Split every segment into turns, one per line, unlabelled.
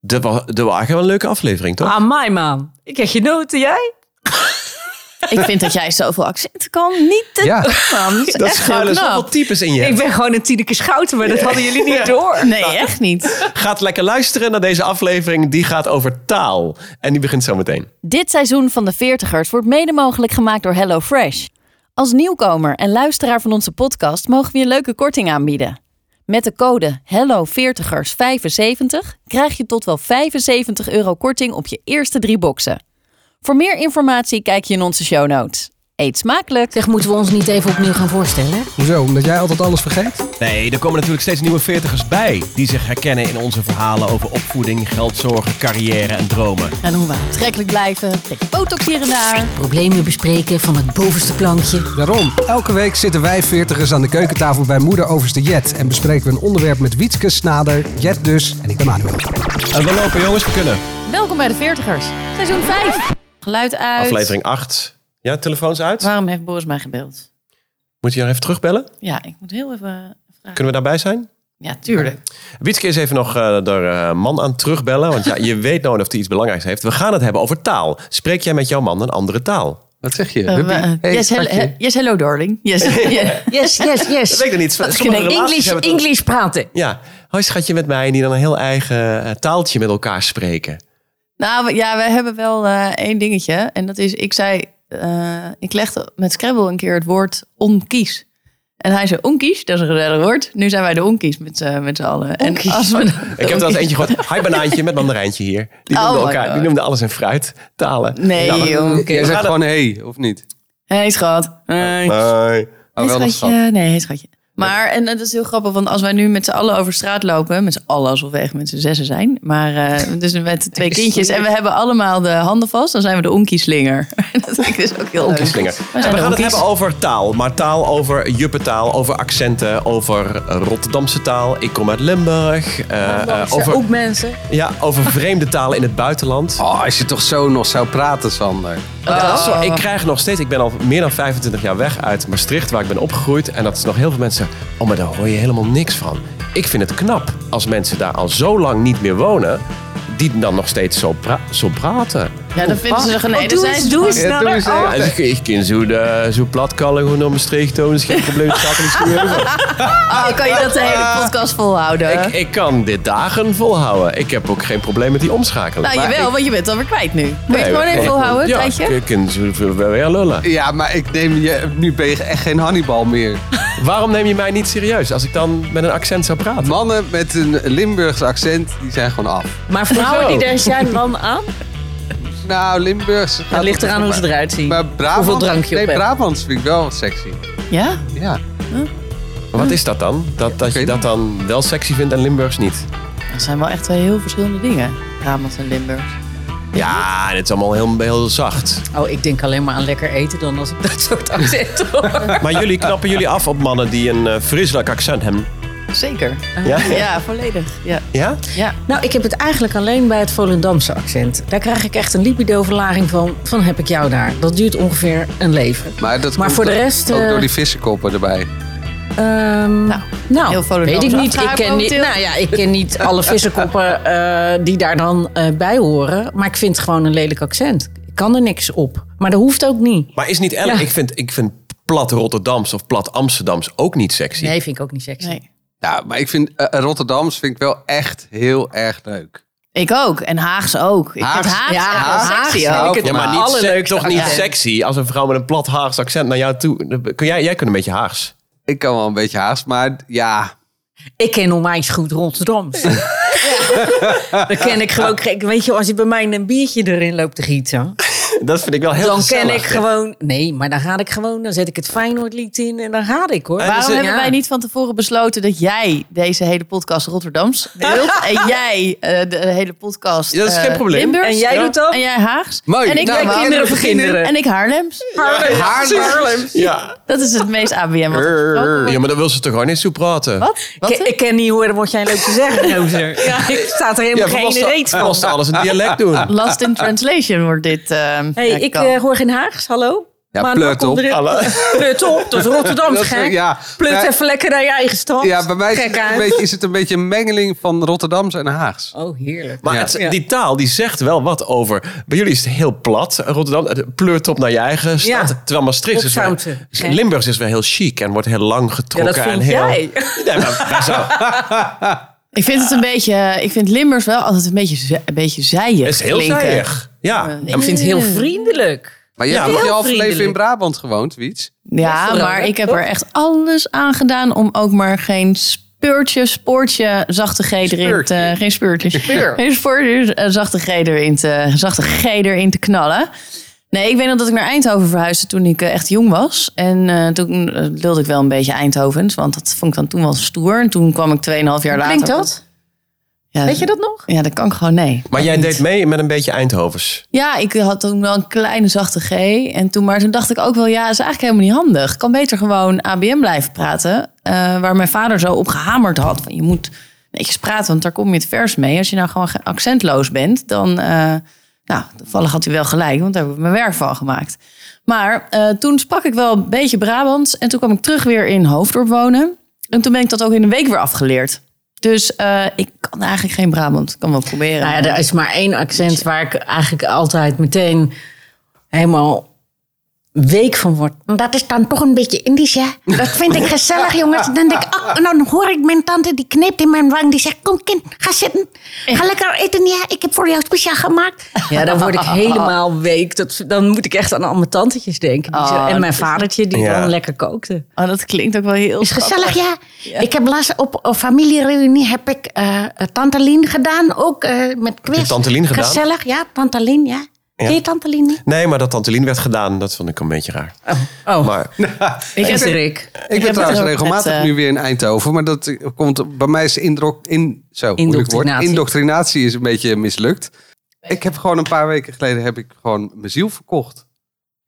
Dat was, dat was echt wel een leuke aflevering, toch?
Ah, my man. Ik heb genoten, jij?
Ik vind dat jij zoveel accenten kan. Niet te
Ja.
man. Dat is
dat
echt heel
schuilen
knap.
zoveel types in je.
Ik ben gewoon een Tineke Schouten, maar dat hadden jullie niet door.
Nee, echt niet.
Gaat lekker luisteren naar deze aflevering. Die gaat over taal. En die begint zo meteen.
Dit seizoen van de Veertigers wordt mede mogelijk gemaakt door HelloFresh. Als nieuwkomer en luisteraar van onze podcast mogen we je leuke korting aanbieden. Met de code HELLO40ers75 krijg je tot wel 75 euro korting op je eerste drie boxen. Voor meer informatie kijk je in onze show notes. Eet smakelijk!
Zeg, moeten we ons niet even opnieuw gaan voorstellen?
Hoezo? Omdat jij altijd alles vergeet?
Nee, er komen natuurlijk steeds nieuwe veertigers bij. Die zich herkennen in onze verhalen over opvoeding, geldzorgen, carrière en dromen.
En hoe we aantrekkelijk blijven, beetje botox hier en daar.
Problemen bespreken van het bovenste plankje.
Daarom, elke week zitten wij veertigers aan de keukentafel bij moeder overste Jet. En bespreken we een onderwerp met Wietske, Snader, Jet dus en ik ben Manuel.
En we lopen jongens, we kunnen.
Welkom bij de Veertigers, seizoen 5. Geluid uit.
Aflevering 8. Ja, telefoons uit.
Waarom heeft Boris mij gebeld?
Moet je haar even terugbellen?
Ja, ik moet heel even vragen.
Kunnen we daarbij zijn?
Ja, tuurlijk.
Wietske is even nog eh door eh, man aan het terugbellen. Want ja, je weet nooit of hij iets belangrijks heeft. We gaan het hebben over taal. Spreek jij met jouw man een andere taal?
Wat zeg je?
Eh, we- eh, yes, hello, he- yes, hello darling. Yes. yeah.
Yes, yes,
Dat
yes.
weet ik niet.
Dat is
Sommige
geen
relaties
English,
hebben het-
English praten.
Ja, hoi schatje met mij. En die dan een heel eigen eh, taaltje met elkaar spreken.
Nou we- ja, we hebben wel eh, één dingetje. En dat is, ik zei, eh, ik legde met Scrabble een keer het woord onkies. En hij zei, onkies, dat is een gezellig woord. Nu zijn wij de onkies met, eh, met z'n allen. En als we,
Ik heb er wel eens eentje gehoord. Hi banaantje met mandarijntje hier. Die
Oh
noemde,
my
elkaar, die
God.
noemde alles in fruit. Talen.
Nee,
Ja, maar-
joh.
Jij
we gaan
zegt gewoon hé, of niet?
Hey, schat.
Hoi.
Hey.
Oh, wel
hey,
nog schat.
schatje. Nee, hey, schatje. Maar, en dat is heel grappig, want als wij nu met z'n allen over straat lopen, met z'n allen alsof we echt met z'n zessen zijn, maar eh, dus met twee kindjes en we hebben allemaal de handen vast, dan zijn we de onkieslinger. dat vind ik dus ook heel leuk.
Slinger.
Wij
En we
zijn de
gaan het
onkies.
hebben over taal. Maar taal over juppentaal, over accenten, over eh, Rotterdamse taal. Ik kom uit Limburg. eh, eh, over,
Ook mensen.
ja, over vreemde talen in het buitenland.
Oh, als je toch zo nog zou praten, Sander.
Ja,
Oh.
zo, ik krijg nog steeds, ik ben al meer dan 25 jaar weg uit Maastricht, waar ik ben opgegroeid. En dat is nog heel veel mensen zeggen, oh, maar daar hoor je helemaal niks van. Ik vind het knap als mensen daar al zo lang niet meer wonen, die dan nog steeds zo, pra- zo praten.
Ja, dan vinden ze gewoon,
Oh,
nee, dat
doe
zijn
eens,
ze
doe eens
Ja, doe
sneller.
eens,
Oh,
hè.
En ze ik kan zo, de, zo plat kallen, gewoon naar Maastricht tonen, is geen probleem, het staat er niet gebeuren.
Oh, kan je dat de hele podcast volhouden?
Ik, ik kan dit dagen volhouden. Ik heb ook geen probleem met die omschakeling.
nou, jawel, want je bent alweer kwijt nu. Kun je het gewoon even volhouden,
Ja,
tijdje?
ik kan zo wel weer lullen.
Ja, maar ik neem je, nu ben je echt geen Hannibal meer.
Waarom neem je mij niet serieus als ik dan met een accent zou praten?
Mannen met een Limburgs accent, die zijn gewoon af.
Maar vrouwen die daar zijn man aan,
Nou, Limburgs... gaat
dat ligt
toch
eraan
voor
hoe ze
mij.
eruit zien.
Maar Brabants,
Hoeveel drank je
nee,
op hebt.
Brabants vind ik wel sexy.
Ja?
Ja.
Wat is dat dan? Dat, dat je
weet
dat dan wel sexy vindt en Limburgs niet?
Dat zijn wel echt twee heel verschillende dingen. Brabant en Limburg.
Ja, dit is allemaal heel, heel zacht.
Oh, ik denk alleen maar aan lekker eten dan als ik dat soort accenten hoor.
Maar jullie knappen jullie af op mannen die een eh, Frieselijk accent hebben.
Zeker.
Ja?
Ja, volledig. Ja.
Ja?
ja.
Nou, ik heb het eigenlijk alleen bij het Volendamse accent. Daar krijg ik echt een libidoverlaging van, van heb ik jou daar. Dat duurt ongeveer een leven.
Maar, dat
Maar
komt
voor de
ook-
rest,
Ook
eh,
door die vissenkoppen erbij.
Ehm,
Nou,
nou,
heel Volendamse
weet ik niet. Ik
afspraak
ken niet,
momenteel.
nou ja, ik ken niet alle vissenkoppen eh, die daar dan eh, bij horen. Maar ik vind het gewoon een lelijk accent. Ik kan er niks op. Maar dat hoeft ook niet.
Maar is niet elk.
Ja.
Ik, vind, ik vind plat Rotterdams of plat Amsterdams ook niet sexy.
Nee, vind ik ook niet sexy.
Nee.
Ja, maar ik vind eh, Rotterdams vind ik wel echt heel erg leuk.
Ik ook. En Haags ook. Ik
Haags.
vind Haags
Ja,
echt wel
Haags.
sexy
Ja,
ook.
ik-
Ja, maar
maar
niet se-
allerleukste
toch niet
accent.
sexy als een vrouw met een plat Haags accent naar jou toe. Kun jij, jij kunt een beetje Haags.
Ik kan wel een beetje haast, maar ja.
Ik ken onwijs goed Rotterdams. ja. Dan ken ik gewoon, kijk, weet je, als je bij mij een biertje erin loopt te gieten,
Dat vind ik wel heel
dan ken
gezellig.
ik gewoon, nee, maar dan ga ik gewoon, dan zet ik het Feyenoordlied in en dan ga ik hoor.
Waarom
dus, eh,
hebben
ja.
wij niet van tevoren besloten dat jij deze hele podcast Rotterdams deelt en jij eh, de hele podcast
Ja, dat is
eh,
geen probleem.
Limburgs?
En jij doet dat?
En jij Haags?
Mooi.
En ik
Nou,
Brabants.
kinderen voor kinderen.
En ik Haarlems.
Haarlem.
Ja.
Dat is het meest ABM wat er gesproken wordt.
ja, maar dan wil ze toch gewoon niet zo praten.
Wat? Wat?
Ik, ik ken niet horen wat jij loopt te zeggen, gozer. Ja, ik staat er
Ja,
helemaal
we
geen reet
moesten- we
van.
moesten alles een dialect doen.
Lost in translation wordt dit. eh,
Hey,
ja,
ik
kan.
eh, hoor geen Haags, hallo?
Ja,
Maar
pleut
dan komt
op.
erin-
Alle-
Plut op, dat is Rotterdam,
Dat is-
gek.
ja.
Plut
Ja.
even lekker naar je eigen stad.
Ja, bij mij is het,
Gekhuis.
een beetje, is het een beetje een mengeling van Rotterdams en Haags.
Oh, heerlijk.
Maar
Ja.
het- die taal die zegt wel wat over. Bij jullie is het heel plat, Rotterdam. Het pleurt op naar je eigen stad.
Ja.
Terwijl Maastricht is wel,
Opzouten, hè?
Limburgs is wel heel chic en wordt heel lang getrokken.
Ja, dat
en
vond
heel,
jij.
Nee, maar wij zouden-
Ik vind het een
Ah.
beetje, eh, ik vind Limbers wel altijd een beetje, ze- een beetje zijig
het is heel
klinken.
zijig. Ja.
Eh,
Ik vind het heel vriendelijk.
Maar jij
Ja,
hebt
heel
je half leven in
vriendelijk.
Brabant gewoond, Wiets.
Ja,
Restaurant,
maar
hè?
ik heb er echt alles aan gedaan om ook maar geen speurtje, spoortje, zachte G erin te...
Speurtje.
Geen speurtje. Geen spoortje, eh, zachte G erin te, zachte G erin te knallen. Nee, ik weet nog dat ik naar Eindhoven verhuisde toen ik eh, echt jong was. En eh, toen eh, wilde ik wel een beetje Eindhovens, want dat vond ik dan toen wel stoer. En toen kwam ik 2,5 jaar later.
Klinkt dat?
Ja,
Weet je dat nog?
Ja, dat kan ik gewoon, nee.
Maar jij deed mee met een beetje Eindhovens.
Ja, ik had toen wel een kleine zachte G. En toen, maar toen dacht ik ook wel, ja, is eigenlijk helemaal niet handig. Ik kan beter gewoon ABM blijven praten. eh, waar mijn vader zo op gehamerd had. Van, je moet netjes praten, want daar kom je het vers mee. Als je nou gewoon ge- accentloos bent, dan... eh, nou, toevallig had hij wel gelijk, want daar heb ik mijn werk van gemaakt. Maar eh, toen sprak ik wel een beetje Brabants. En toen kwam ik terug weer in Hoofddorp wonen. En toen ben ik dat ook in een week weer afgeleerd. Dus eh, ik kan eigenlijk geen Brabant. Ik kan wel proberen.
Nou ja, er is maar één accent waar ik eigenlijk altijd meteen helemaal week van word.
Dat is dan toch een beetje Indisch, hè? Dat vind ik gezellig, jongens. Dan denk ik, oh, en dan hoor ik mijn tante, die kneept in mijn wang. Die zegt, kom kind, ga zitten. Ga lekker eten, ja. Ik heb voor jou speciaal gemaakt.
Ja, dan word ik helemaal week. Dat, dan moet ik echt aan al mijn tantetjes denken. Die ze-
Oh,
en
dat
mijn vadertje die
Ja.
dan lekker kookte.
Oh, dat klinkt ook wel heel
Is gezellig, ja. Ik heb laatst op een familiereunie heb ik eh Tante Lien gedaan. Ook eh, met quiz.
Tante Lien gedaan?
Gezellig, ja. Tante Lien, ja. Ken je Tante Lien niet?
Nee, maar dat Tantelien werd gedaan, dat vond ik een beetje raar.
Oh,
Maar
ik is Rick.
Ik ben
heb
trouwens
het ook
regelmatig
met, eh,
nu weer in Eindhoven. Maar dat eh, komt bij mij is indro- in, zo, moeilijk woord.
Indoctrinatie.
Indoctrinatie is een beetje mislukt. Ik heb gewoon een paar weken geleden heb ik gewoon mijn ziel verkocht.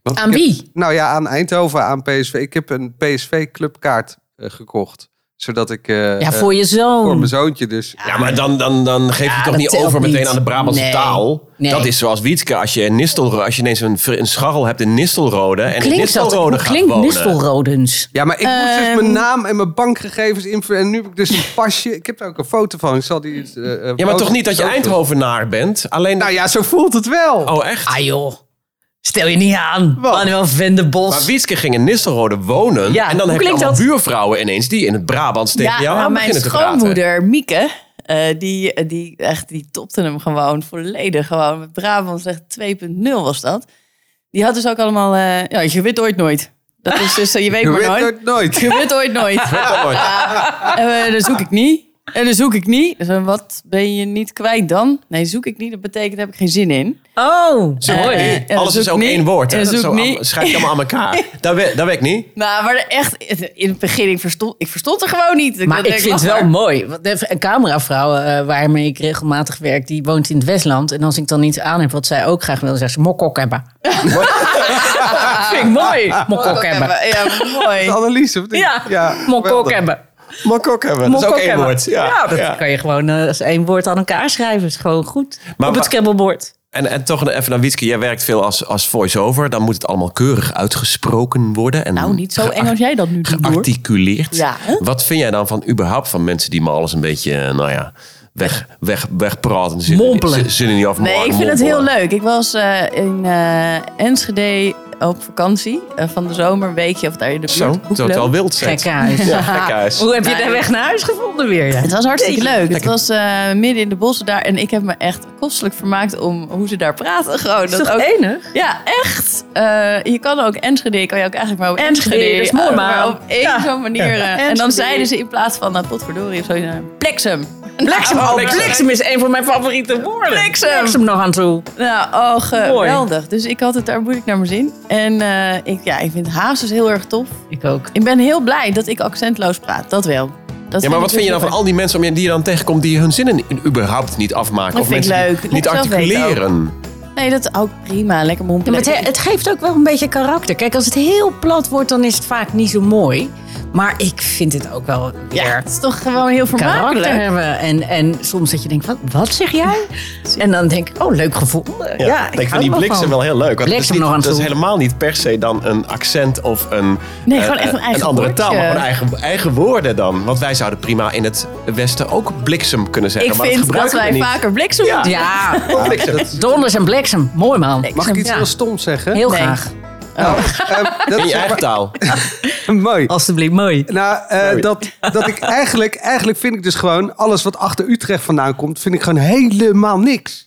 Want
Aan
ik heb-
wie?
nou ja, aan Eindhoven, aan PSV. Ik heb een PSV-clubkaart eh, gekocht. Zodat ik eh,
Ja,
eh,
voor je
voor
zoon.
mijn zoontje dus...
Ja, maar dan, dan, dan geef je toch
dat
niet
telt
over meteen
niet.
aan de Brabantse
Nee.
taal.
Nee.
Dat is zoals Wietke, als je, een nistel, als je ineens een, ver- een scharrel hebt in Nistelrode en in
Klinkt dat?
Nistelrode
Hoe
gaat
klinkt
wonen.
Nistelrodens?
Ja, maar ik moest dus
Ehm.
mijn naam en mijn bankgegevens invullen. En nu heb ik dus een pasje. Ik heb daar ook een foto van. Ik zal die... eh, eh,
Ja, maar
foto-
toch niet dat je Eindhovenaar bent. Alleen,
Nou ja, zo voelt het wel.
oh echt?
Ah joh, stel je niet aan.
Wat?
Manuel
Maar
Venderbos.
Wietke ging in Nistelrode wonen.
Ja,
en dan
hoe
heb je
klinkt
allemaal
dat?
buurvrouwen ineens die in het Brabants tegen
Ja,
jou
nou,
aan
mijn
beginnen te praten.
schoonmoeder Mieke, eh, die, die, echt, die topte hem gewoon volledig. Gewoon met Brabant echt 2.0 was dat. Die had dus ook allemaal, eh, ja, je weet ooit nooit. Dat is dus, eh, je weet
Je
maar
weet
nooit.
nooit. nooit.
Je weet ooit nooit. En eh, dan zoek ik niet. En dan zoek ik niet. Dus, eh, wat ben je niet kwijt dan? Nee, zoek ik niet. Dat betekent, daar heb ik geen zin in.
Oh,
Zoek
mooi.
niet.
eh,
Alles is
zoek
ook
niet.
één woord. hè.
Eh,
Dat is
zoek
zo aan-
niet.
Schrijf je allemaal aan elkaar. dat, we, dat weet ik niet.
Nou, maar echt, in het begin, ik verstond, ik verstond er gewoon niet.
Maar ik
dacht,
vind het
lach
wel
maar.
mooi. Want de- Een cameravrouw eh, waarmee ik regelmatig werk, die woont in het Westland. En als ik dan iets aan heb wat zij ook graag wil, dan zegt ze mokkok hebben. vind ik mooi.
Oh,
Mokkok hebben.
eh, Ja, mooi.
Annelies, of niet?
Ja,
geweldig.
mokkok hebben.
Mokok hebben. Dat is ook
Mokkok
één
hebben.
woord. Ja,
Ja, dat
ja.
kan je gewoon eh, als één woord aan elkaar schrijven. is gewoon goed.
Maar
Op het
wa-
scrabblebord.
En, en toch even naar Wietske. Jij werkt veel als, als voice-over. Dan moet het allemaal keurig uitgesproken worden. En
Nou, niet zo
gear-
eng als jij dat nu doet, hoor.
Gearticuleerd.
Ja, hè?
Wat vind jij dan van überhaupt van mensen die maar alles een beetje, eh, nou ja, weg, weg, wegpraten. Zin,
Mompelen.
zin- Zin in niet af.
Nee, ik vind het
mompelen.
heel leuk. Ik was eh, in eh, Enschede op vakantie eh, van de zomer, een weekje of daar in de
Zo,
buurt.
terwijl het al wild zijn.
Gekhuis.
Ja, gekhuis.
Hoe heb je
Nee.
de weg naar huis gevonden weer? Ja?
Het was hartstikke leuk. Het was eh, midden in de bossen daar en ik heb me echt kostelijk vermaakt om hoe ze daar praten. Gewoon,
Dat is toch enig?
Ja, echt. Eh, je kan ook Enschede, kan je ook eigenlijk maar op
Enschede,
Enschede.
dat is mooi,
eh,
maar-
op één zo'n manier. eh, en dan
Enschede.
zeiden ze in plaats van, nou, potverdorie of zo, eh, bliksem.
Bliksem, oh, bliksem is een van mijn favoriete woorden.
Nou, Bliksem.
bliksem nog aan toe.
Nou, oh, geweldig. Dus ik had het daar moeilijk naar mijn zin. En eh, ik, ja, ik vind hazes heel erg tof.
Ik ook.
Ik ben heel blij dat ik accentloos praat. Dat dus wel. Dat
Ja, maar wat vind je dan van al die mensen om je- die je dan tegenkomt die hun zinnen in- überhaupt niet afmaken?
Dat
of
vind ik
mensen die
leuk. Moet
niet
ik zelf weten
articuleren.
van... Nee, dat ook prima. Lekker mompelen.
het, het geeft ook wel een beetje karakter. Kijk, als het heel plat wordt, dan is het vaak niet zo mooi. Maar ik vind het ook wel weer...
Ja, het is toch gewoon heel
karakter
vermakelijk.
hebben. En, en soms dat je denkt, wat, wat zeg jij? En dan denk ik, oh, leuk gevonden. Ja,
ik denk van die bliksem wel heel leuk. Want het is,
Bliksem
niet-
nog aan
dat is
toe.
helemaal niet per se dan een accent of een,
Nee,
eh,
gewoon echt een eigen
andere
woordje.
taal. Maar gewoon eigen, eigen woorden dan. Want wij zouden prima in het Westen ook bliksem kunnen zeggen.
Ik
maar
vind dat
gebruiken we
wij
niet.
vaker bliksem
Ja.
moeten
Ja,
Oh, bliksem.
donders en bliksem. Mooi man.
Mag ik iets
Ja.
heel stoms zeggen?
Heel
Nee.
graag.
Ehm, dat
In
is
je eigen taal.
mooi.
Alsjeblieft, mooi.
Nou, eh,
Mooi.
dat, dat ik eigenlijk, eigenlijk vind ik dus gewoon alles wat achter Utrecht vandaan komt, vind ik gewoon helemaal niks.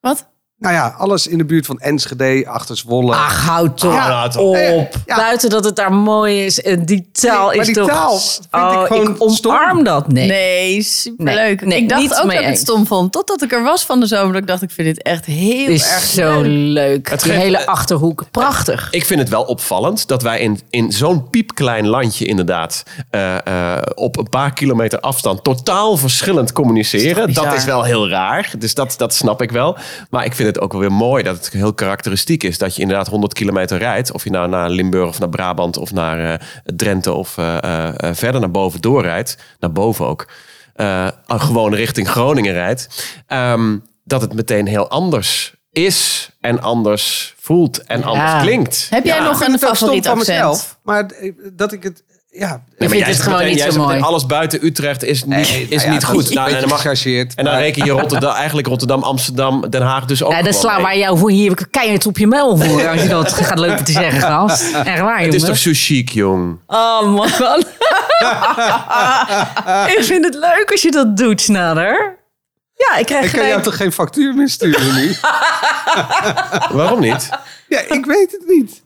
Wat?
Nou ja, alles in de buurt van Enschede, achter Zwolle.
Ach, houd toch
Ah, nou, toch.
op.
Ja.
Buiten dat het daar mooi is. En die taal
Nee, maar
is
die
toch...
taal vind ik
oh,
gewoon
omarm
stom.
dat. Nee.
Nee, superleuk.
Nee, nee,
ik
niet
dacht
mee
ook dat ik het
eens.
stom vond. Totdat ik er was van de zomer. Dat ik dacht, ik vind dit echt heel
Het is
erg
zo
leuk.
leuk.
Het
die
geeft-
hele Achterhoek. Prachtig.
Ik vind het wel opvallend dat wij in, in zo'n piepklein landje inderdaad eh, eh, op een paar kilometer afstand totaal verschillend communiceren.
Is toch
dat
bizar?
is wel heel raar, dus dat, dat snap ik wel. Maar ik vind het ook wel weer mooi dat het heel karakteristiek is dat je inderdaad 100 kilometer rijdt. Of je nou naar Limburg of naar Brabant of naar eh, Drenthe of eh, eh, eh, verder naar boven doorrijdt. Naar boven ook. eh, gewoon richting Groningen rijdt. ehm, dat het meteen heel anders is en anders voelt en anders
Ja.
klinkt.
Heb jij
Ja.
nog een
Ik vind het ook stom
favoriet
van
accent?
mezelf, maar eh, dat ik het, ja,
Nee,
vindt het
zegt
gewoon niet
jij
zo
zegt
mooi.
meteen, Alles buiten Utrecht is niet, is niet goed. Nou, en, dan mag,
gechargeerd.
en dan reken je Rotterdam, eigenlijk Rotterdam, Amsterdam, Den Haag dus ook
Ja, dat
gewoon
sla
mee.
waar jou voor hier keihard op je mel voor. Als je dat gaat lopen te zeggen, gast. Echt waar,
Het is toch
jongen.
zo chic, jong?
Oh, man. ik vind het leuk als je dat doet, Snader. Ja, ik krijg
ik kan jou
gelijk...
toch geen factuur meer sturen nu?
Waarom niet?
ja, ik weet het niet.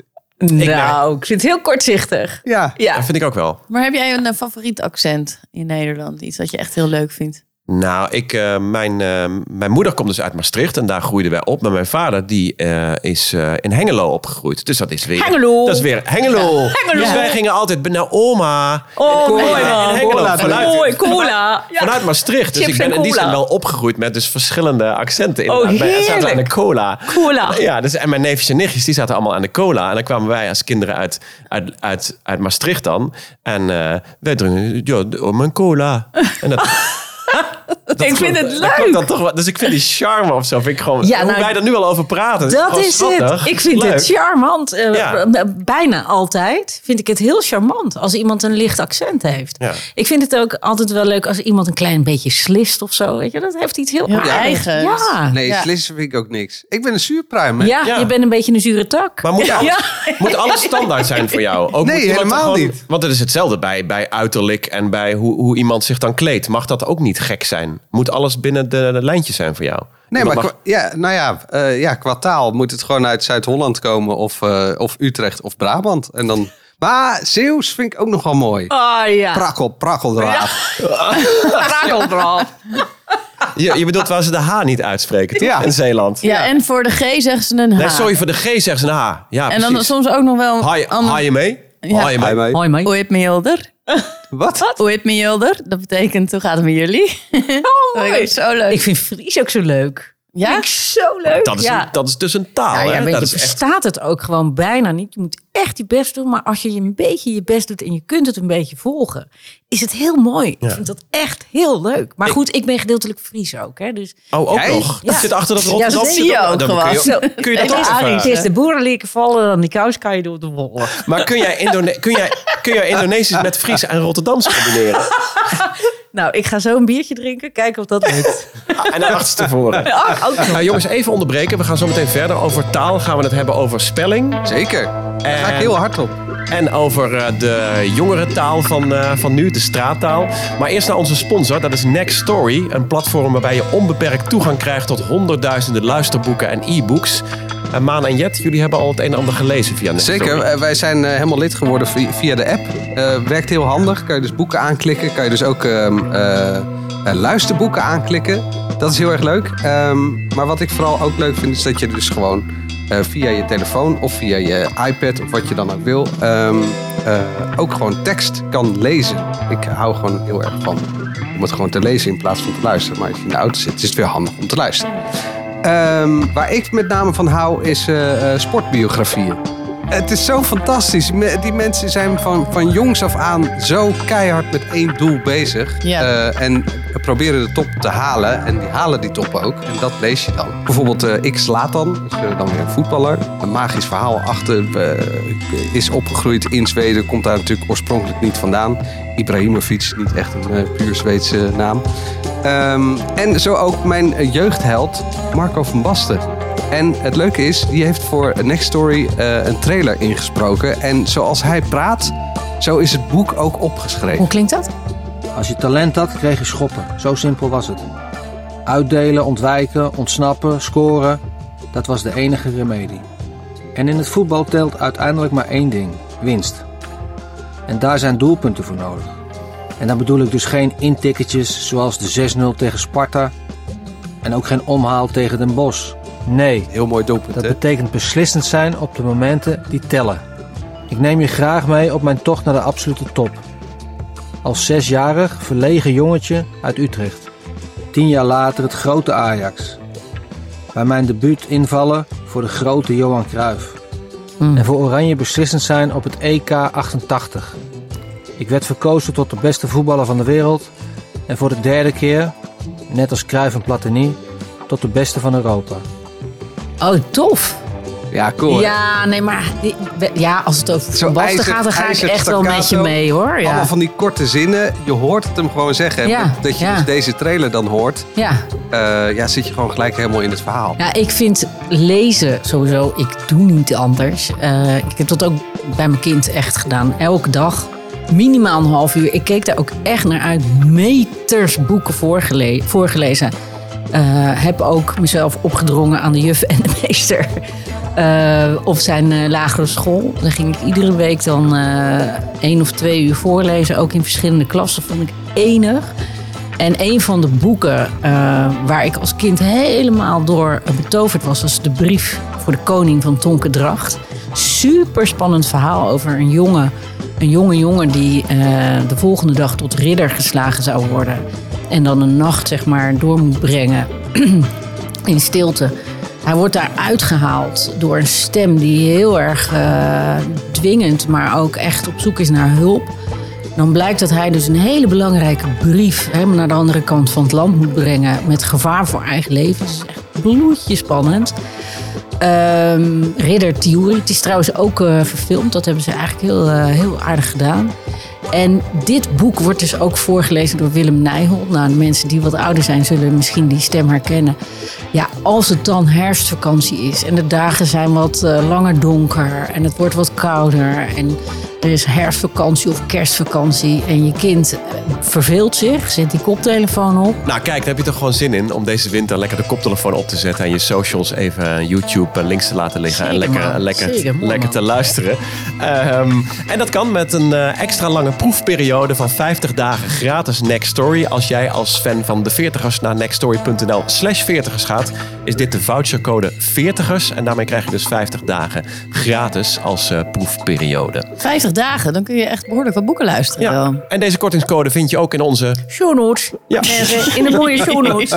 Nou, ik vind het heel kortzichtig.
Ja.
Dat vind ik ook wel.
Maar heb jij een eh, favoriet accent in Nederland? Iets wat je echt heel leuk vindt?
Nou, ik, eh, mijn, eh, mijn moeder komt dus uit Maastricht en daar groeiden wij op. Maar mijn vader die, eh, is eh, in Hengelo opgegroeid. Dus dat is weer...
Hengelo.
Dat is weer Hengelo. Dus wij gingen altijd naar oma.
Oh, mooi
in
man.
Hengelo.
Cola
vanuit,
Mooi, cola. Ja.
vanuit Maastricht. Dus
Chips
ik ben
en
in die
cola.
zin wel opgegroeid met dus verschillende accenten.
Oh,
inderdaad. Wij zaten aan de
heerlijk.
cola.
Cola.
Ja, dus, en mijn neefjes en nichtjes die zaten allemaal aan de cola. En dan kwamen wij als kinderen uit, uit, uit, uit Maastricht dan. En eh wij dronken, ja, om een cola. En dat,
ik vind het
dat klopt
leuk.
dan toch wel. Dus ik vind die charme of zo, vind ik gewoon,
Ja,
hoe
nou,
wij er nu al over praten.
Dat
gewoon
is
schattig.
het. Ik vind
Leuk.
het charmant. Eh,
Ja.
b- b- Bijna altijd vind ik het heel charmant als iemand een licht accent heeft.
Ja.
Ik vind het ook altijd wel leuk als iemand een klein beetje slist of zo. Weet je, dat heeft iets heel
Heel
aardigs.
eigens.
Ja.
Nee,
Ja.
slissen vind ik ook niks. Ik ben een zuurpruim. hè?
Ja,
Ja.
je bent een beetje een zure tak.
Maar moet, alles,
Ja.
moet alles standaard zijn voor jou? Ook
Nee,
moet iemand er
helemaal
gewoon-
niet.
Want het is hetzelfde bij, bij uiterlijk en bij hoe, hoe iemand zich dan kleedt. Mag dat ook niet gek zijn? Moet alles binnen de, de lijntjes zijn voor jou?
Nee,
Iemand
maar
mag-
qua- ja, nou ja, eh, ja, qua taal moet het gewoon uit Zuid-Holland komen of, eh, of Utrecht of Brabant. En dan, maar Zeeuws vind ik ook nog wel mooi.
Oh ja.
Prakkel, prakkel eraf.
je, je bedoelt waar ze de H niet uitspreken, toch?
Ja.
In Zeeland.
Ja, en voor de G zeggen ze een H.
Nee, sorry, voor de G zeggen ze een H. Ja,
en dan
precies.
soms ook nog wel... een
Haai-
ander-
haai je mee?
Ja.
Haai je mee?
Hi, mate.
Hoi, man.
Hoe heet me Hilder?
Wat?
Hoe heet me Hilder? Dat betekent, hoe gaat het met jullie?
Oh,
Dat vind ik
mooi.
zo leuk.
Ik vind Fries ook zo leuk.
Ja?
Vind ik zo leuk.
Dat is,
ja.
dat is dus een taal.
Nou ja,
hè?
maar
Dat
je
is echt-
verstaat het ook gewoon bijna niet. Je moet echt je best doen. Maar als je een beetje je best doet en je kunt het een beetje volgen, is het heel mooi. Ik vind dat echt heel leuk. Maar goed, ik ben gedeeltelijk Fries ook. Hè, dus
Oh, ook
Jij?
nog. Dat
Ja.
zit achter dat
Ja,
Rotterdam.
dat zie je
zit
ook
dan kun je
gewoon.
ook- Kun je dat
het
ook
is,
even-
het is de boerenlikken vallen dan die kous kan je door de wollen.
Maar kun jij, Indone- kun, jij, kun jij Indonesisch met Fries en Rotterdams combineren?
Nou, ik ga zo een biertje drinken. Kijken of dat lukt.
En hij achter tevoren.
Ach, ook nog.
Nou jongens, even onderbreken. We gaan zo meteen verder. Over taal gaan we het hebben over spelling.
Zeker. Daar ga ik
En-
heel hard op.
En over eh, de jongere taal van, eh, van nu, de straattaal. Maar eerst naar onze sponsor, dat is Next Story. Een platform waarbij je onbeperkt toegang krijgt tot honderdduizenden luisterboeken en e-books. En Maan en Jet, jullie hebben al het een en ander gelezen via Next
Zeker,
Story.
eh, wij zijn eh, helemaal lid geworden vi- via de app. Eh, werkt heel handig, kan je dus boeken aanklikken. Kan je dus ook ehm, eh, eh, luisterboeken aanklikken. Dat is heel erg leuk. Ehm, maar wat ik vooral ook leuk vind, is dat je dus gewoon eh, via je telefoon of via je iPad of wat je dan ook wil, ehm, eh, ook gewoon tekst kan lezen. Ik hou gewoon heel erg van om het gewoon te lezen in plaats van te luisteren. Maar als je in de auto zit, is het weer handig om te luisteren. Ehm, waar ik met name van hou, is eh, eh, sportbiografieën. Het is zo fantastisch. Me- Die mensen zijn van, van jongs af aan zo keihard met één doel bezig.
Ja.
Eh, en proberen de top te halen. En die halen die top ook. En dat lees je dan. Bijvoorbeeld eh ik Slatan, dus, eh, dan weer een voetballer. Een magisch verhaal achter. eh, is opgegroeid in Zweden. Komt daar natuurlijk oorspronkelijk niet vandaan. Ibrahimovic, niet echt een eh, puur Zweedse naam. Ehm, en zo ook mijn eh, jeugdheld Marco van Basten. En het leuke is, die heeft voor Next Story eh, een trailer ingesproken. En zoals hij praat, zo is het boek ook opgeschreven.
Hoe klinkt dat?
Als je talent had, kreeg je schoppen. Zo simpel was het. Uitdelen, ontwijken, ontsnappen, scoren. Dat was de enige remedie. En in het voetbal telt uiteindelijk maar één ding: winst. En daar zijn doelpunten voor nodig. En dan bedoel ik dus geen intikketjes zoals de 6-0 tegen Sparta. En ook geen omhaal tegen Den Bosch. Nee.
Heel mooi doelpunt,
Dat
hè?
betekent beslissend zijn op de momenten die tellen. Ik neem je graag mee op mijn tocht naar de absolute top. Als zesjarig verlegen jongetje uit Utrecht. Tien jaar later het grote Ajax. Bij mijn debuut invallen voor de grote Johan Cruijff. En voor Oranje beslissend zijn op het EK 88. Ik werd verkozen tot de beste voetballer van de wereld. En voor de derde keer, net als Cruijff en Platini, tot de beste van Europa.
Oh, tof.
Ja, cool. hè?
Ja, nee, maar die- we- ja, als het over
Zo
Van Basten
ijzer-
gaat, dan ga ik
ijzer
echt wel met je
staccato.
mee, hoor. Ja,
Allemaal van die korte zinnen. Je hoort het hem gewoon zeggen. En
Ja,
met- dat je
ja.
dus deze trailer dan hoort,
ja.
eh, ja, zit je gewoon gelijk helemaal in het verhaal.
ja ik vind lezen sowieso, ik doe niet anders. Eh, ik heb dat ook bij mijn kind echt gedaan. Elke dag, minimaal een half uur. Ik keek daar ook echt naar uit. Meters boeken voorgele- voorgelezen. Eh, heb ook mezelf opgedrongen aan de juf en de meester. Eh, op zijn eh, lagere school. Dan ging ik iedere week dan eh, één of twee uur voorlezen. Ook in verschillende klassen vond ik enig. En een van de boeken eh, waar ik als kind helemaal door betoverd was, was de brief voor de koning van Tonke Dracht. Super spannend verhaal over een jongen, een jonge jongen die eh, de volgende dag tot ridder geslagen zou worden. En dan een nacht zeg maar door moet brengen in stilte. Hij wordt daar uitgehaald door een stem die heel erg eh, dwingend, maar ook echt op zoek is naar hulp. Dan blijkt dat hij dus een hele belangrijke brief helemaal naar de andere kant van het land moet brengen. Met gevaar voor eigen leven. Dat is echt bloedje spannend. Ehm, Ridder Tiuri. Het is trouwens ook eh, verfilmd. Dat hebben ze eigenlijk heel, eh, heel aardig gedaan. En dit boek wordt dus ook voorgelezen door Willem Nijholt. Nou, de mensen die wat ouder zijn zullen misschien die stem herkennen. Ja, als het dan herfstvakantie is en de dagen zijn wat eh, langer donker en het wordt wat kouder en er is herfstvakantie of kerstvakantie en je kind eh, verveelt zich, zet die koptelefoon op.
Nou kijk, daar heb je toch gewoon zin in om deze winter lekker de koptelefoon op te zetten en je socials even eh, YouTube en links te laten liggen en
Zeker,
lekker, eh,
man.
lekker,
Zeker, mooi,
lekker
man.
te luisteren. Ehm, en dat kan met een eh, extra lange proefperiode van 50 dagen gratis Next Story. Als jij als fan van de 40ers naar nextstory.nl slash 40ers gaat, is dit de vouchercode 40ers. En daarmee krijg je dus 50 dagen gratis als eh, proefperiode.
50 dagen, dan kun je echt behoorlijk wat boeken luisteren.
Ja.
wel.
En deze kortingscode vind je ook in onze...
Show notes.
Ja.
In de mooie show notes.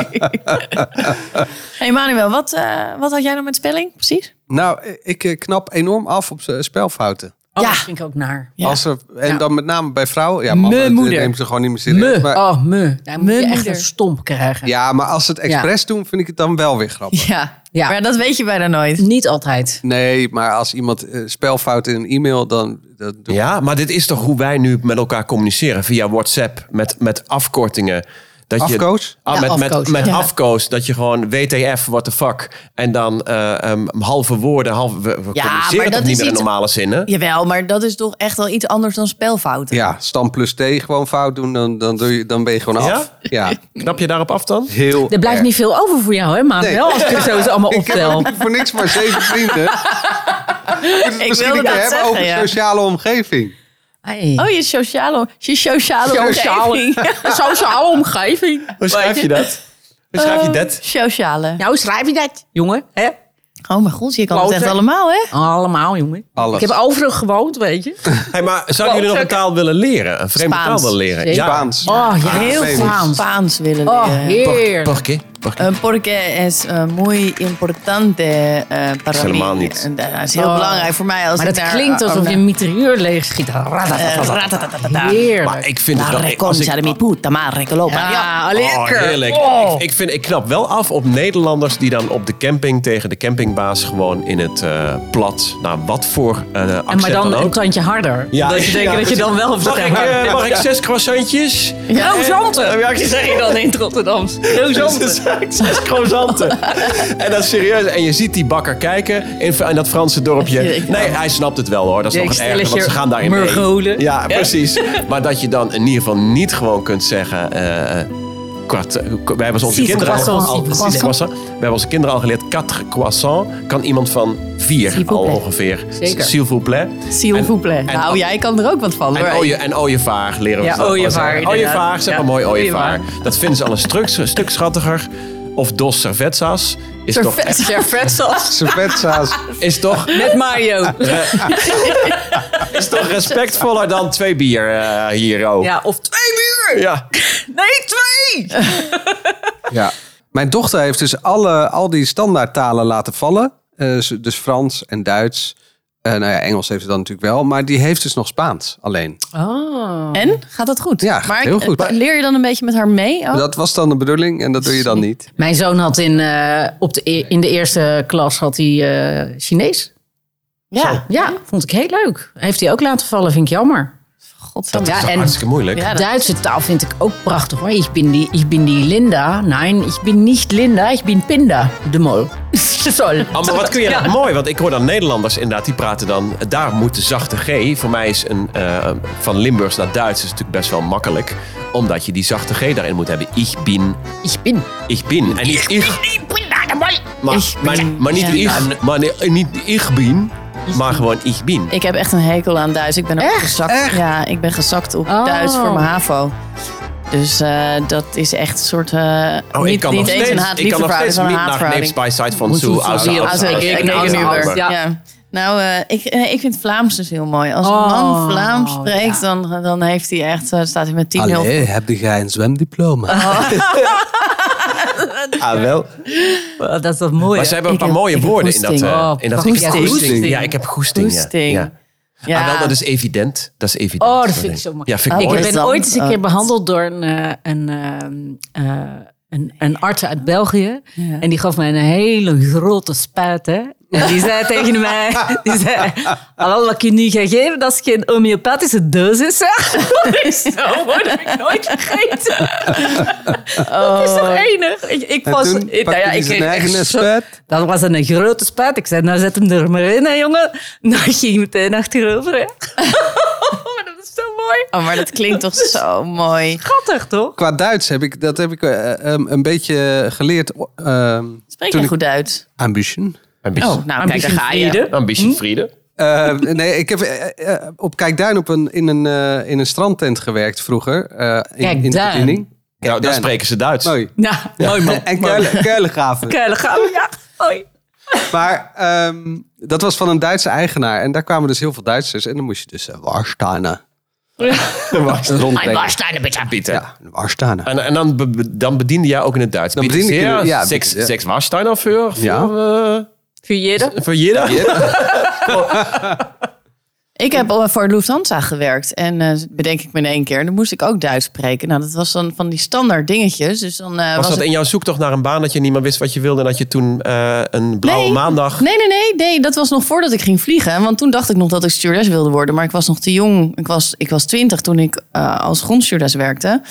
hey Manuel, wat, eh, wat had jij nou met spelling precies?
Nou, ik eh, knap enorm af op eh, spelfouten.
Oh,
Ja.
dat vind ik ook naar.
Ja.
Als er, en
Ja.
dan met name bij vrouwen. Ja, mannen
Me
dat
moeder.
nemen ze gewoon niet meer serieus.
Me.
Maar,
oh, me. Daar moet
Me
je echt
moeder.
een stomp krijgen.
Ja, maar als ze het expres doen, vind ik het dan wel weer grappig.
Ja.
Ja.
maar dat weet je bijna nooit.
Niet altijd.
Nee, maar als iemand eh, spelfout in een e-mail, dan dat doe ik.
Ja, maar dit is toch hoe wij nu met elkaar communiceren via WhatsApp met, met afkortingen. Dat
Afcoach?
Je, ah,
Ja,
met met,
afcoach,
met
ja.
afcoach, dat je gewoon WTF, what the fuck. En dan eh, ehm, halve woorden, halve, we, we
Ja, maar
communiceren
dat
toch
is
niet meer in
iets-
normale zinnen.
Jawel, maar dat is toch echt wel iets anders dan spelfouten.
Ja, stam plus T gewoon fout doen, dan, dan, doe je, dan ben je gewoon af. Ja,
Knap je daarop af dan?
heel
Er blijft
Eh.
erg.
niet veel over voor jou, hè, Maan?
Nee.
Wel, als ik er zo eens allemaal
Ik heb
optel.
ook voor niks maar zeven vrienden. Moet het misschien
wilde
een
dat
keer hebben
zeggen,
over
ja.
sociale omgeving.
Hey.
Oh, je sociale, je sociale
Sociale.
omgeving.
Sociale omgeving.
Hoe schrijf je dat? Hoe schrijf
Ehm,
je dat?
Sociale.
Nou, schrijf je dat, jongen? Hè?
Oh mijn god, je kan het
Kloten.
echt allemaal, hè?
Allemaal, jongen.
Alles.
Ik heb overal gewoond, weet je.
Hey, maar zouden jullie nog een taal willen leren? Een vreemde
Spaans.
taal willen leren?
Zeker.
Ja.
Spaans.
Oh, ja,
Ah,
heel
nee,
Spaans.
Spaans willen eh,
Oh,
leren.
Por-
heerlijk.
por qué? Mag ik-
Eh, porque es eh, muy importante eh para
is helemaal
mí.
niet.
En Dat is heel
Oh.
belangrijk voor mij. Als
Maar
ik
dat
daar- eh,
klinkt
oh,
alsof je
nou,
een mitrailleur leeg schiet.
Eh, Maar
Heerlijk.
ik vind het
La
wel... ik- als
reconcha de
ik-
mi puta madre, que lo parió.
Ja,
Oh,
lekker.
heerlijk. Ik, ik, vind, ik knap wel af op Nederlanders die dan op de camping tegen de campingbaas gewoon in het eh, plat. Nou, wat voor eh
En
accent
maar dan
ook.
een tandje harder.
Ja.
Dat je denkt dat je dan wel op de
Mag ik, eh, mag ik zes croissantjes?
Oh, zanten.
Ja, je zeg je dan in het Rotterdams.
Zes, zes croissanten. En dat is serieus. En je ziet die bakker kijken in, in dat Franse dorpje. Nee, hij snapt het wel hoor. Dat is
Ja,
nog
ik
het ergste,
stelletje
want ze gaan daarin mee.
Mongolen.
Ja, precies. Maar dat je dan in ieder geval niet gewoon kunt zeggen... eh, kwart- eh, wij hebben onze
Six
kinderen al,
croissants.
al,
Six
six croissants. We hebben onze kinderen al geleerd... Quatre croissants kan iemand van vier
S'il vous
al
plaît.
ongeveer.
Zeker.
S'il vous plaît.
S'il vous
en-
plaît. Nou, jij kan er ook wat van.
En oh,
hoor.
ooie, en ooievaar leren we
Ja,
ze dat wel
ooievaar,
zeggen.
inderdaad.
Ooievaar, zeg maar
Ja,
mooi ooievaar.
ooievaar.
Dat vinden ze al een stuk, een stuk schattiger. Of dos servetsas is toch,
Servetsas
Servetsa's.
is, toch,
met Mario.
is toch respectvoller dan twee bier eh, hier ook.
Ja, of twee muur.
Ja.
Nee, twee.
Ja. Mijn dochter heeft dus alle, al die standaardtalen laten vallen. Eh, ze- dus Frans en Duits. Eh, nou ja, Engels heeft ze dan natuurlijk wel. Maar die heeft dus nog Spaans alleen.
Oh.
En? Gaat dat goed?
Ja, gaat
maar
heel goed.
eh, Leer je dan een beetje met haar mee? ook?
Dat was dan de bedoeling en dat doe je dan niet.
Mijn zoon had in, eh, op de, e- in de eerste klas had hij, eh, Chinees.
ja.
Ja, vond ik heel leuk. Heeft hij ook laten vallen, vind ik jammer.
Dat
Ja,
is toch
en-
hartstikke moeilijk.
Ja, dat-
Duitse taal vind ik ook prachtig hoor. Ik ben die, ik ben die Linda. Nein, ik ben niet Linda, ik ben Pinda. De mol. Sol.
Oh, maar wat kun je nou mooi, want ik hoor dan Nederlanders inderdaad, die praten dan, daar moet de zachte G, voor mij is een, eh, van Limburgs naar Duits is natuurlijk best wel makkelijk, omdat je die zachte G daarin moet hebben. Ich bin,
Ik ben.
ich bin. En niet ich, maar, maar, maar niet ich, maar nee, niet ich bin, maar gewoon ich bin.
Ik heb echt een hekel aan Duits. Ik ben ook gezakt. Ja, ik ben gezakt op
Oh.
Duits voor mijn HAVO. Dus eh, dat is echt een soort. eh,
Oh,
niet,
ik kan
niet
nog
eens
steeds,
een haat
ik kan nog steeds niet
liefdeverhouding, maar een
naar Neems
haatverhouding.
by Side van Zoo. Als
Moet-
Ah, zeker.
Ik-
Ik
ik-
neem
ik-
het
ja.
ja. ja. Nou, eh, ik, eh, ik vind Vlaams dus heel mooi. Als
Oh,
een man Vlaams spreekt,
ja.
dan, dan heeft hij echt, eh, staat hij met 10 heel Oh.
heb jij een zwemdiploma?
Ah, wel.
Oh, Dat is dat mooi.
Maar ze hebben een
Ik
paar
heb-
mooie
ik heb
woorden in dat,
goesting.
eh,
Oh,
in dat
goesting.
Ik heb
Goesting.
Ja, ik heb goesting. ja.
Goesting.
Ja.
Ja,
Ah, wel, dat is evident. Dat is evident.
Oh, dat vind ik zo mooi.
Ja, vind ik mooi.
ik
Oké.
ben
Interessant.
ooit eens een keer
Oh.
behandeld door een, eh, een, eh, eh, een, een arts uit België. En die gaf mij een hele grote spuit. Hè? En die zei tegen mij, die zei, "Hallo, wat ik je nu ga geven, dat is geen homeopathische dosis. hè?" Ik zei, Zo, hoor, dat heb ik nooit vergeten. Dat is toch enig? Ik, ik
Oh. En
was,
toen
ik, nou
pakte
ja,
hij
ik
zijn
kreeg echt
eigen
zo-
spuit.
Dat was een grote spuit. Ik zei, nou zet hem er maar in, hè, jongen. Nou, ik ging meteen achterover. Hè. Maar dat is zo mooi.
Oh, maar dat klinkt toch zo mooi.
Schattig, toch?
Qua Duits heb ik, dat heb ik eh, ehm, een beetje geleerd. ehm
Spreek
toen
je
ik
goed uit?
ambition.
Ambitie.
Oh, nou, kijk, daar ga je.
Hm?
Ambitie Friede.
Eh, nee, ik heb eh, eh, op Kijkduin op een, in, een, eh, in een strandtent gewerkt vroeger. eh, in, in de
Kijkduin.
bediening.
Nou, daar
Duin.
spreken ze Duits.
Mooi.
Nou, mooi man.
En kuilen- kuilengraven.
Kuilen gaan we, ja. Hoi.
Maar ehm, dat was van een Duitse eigenaar. En daar kwamen dus heel veel Duitsers. En dan moest je dus uh, Warsteiner. Rondbrengen.
Bitte.
Ja, een Warsteiner.
En, en dan, be- be- dan bediende jij ook in het Duits.
Dan
Bitte
bedien ik
sehr,
je- ja,
seks,
bitte, ja.
seks Warsteiner für, für,
Ja.
eh,
Vierde.
voor jeder.
Ik heb al voor Lufthansa gewerkt en eh, bedenk ik me in één keer. En dan moest ik ook Duits spreken. Nou, dat was dan van die standaard dingetjes. Dus dan eh,
Was dat
het-
in jouw zoektocht naar een baan dat je niet meer wist wat je wilde en dat je toen eh, een blauwe
Nee.
maandag...
Nee, nee, nee, nee. Dat was nog voordat ik ging vliegen. Want toen dacht ik nog dat ik stewardess wilde worden. Maar ik was nog te jong. Ik was, ik was twintig toen ik eh, als grondstewardess werkte.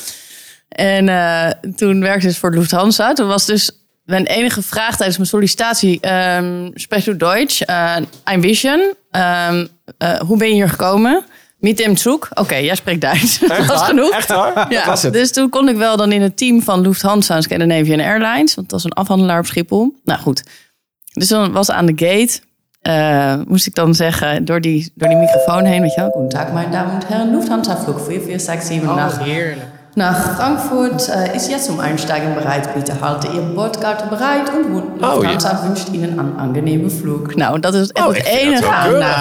En eh, toen werkte ik voor Lufthansa. Toen was dus mijn enige vraag tijdens mijn sollicitatie... ehm Special Deutsch, eh ein bisschen. Ehm, eh, hoe ben je hier gekomen? Mit dem Zug. Oké, jij spreekt Duits. dat was genoeg.
Echt waar?
Ja, dus toen kon ik wel dan in het team van Lufthansa en Scandinavian Airlines. Want dat was een afhandelaar op Schiphol. Nou goed. Dus dan was aan de gate, eh, moest ik dan zeggen, door die, door die microfoon heen, weet je wel. Guten Tag, mijn dames en heren. Lufthansa vlug 4467 nach, nach Frankfurt. eh, is jetzt zum Einsteigen bereit. Bitte halte Ihre Bordkarte bereit. En Lufthansa wünscht Ihnen een angenehme Flug. Oh, Nou, dat is echt
Oh,
het
ik vind dat
enige
wel
aan.
keurig.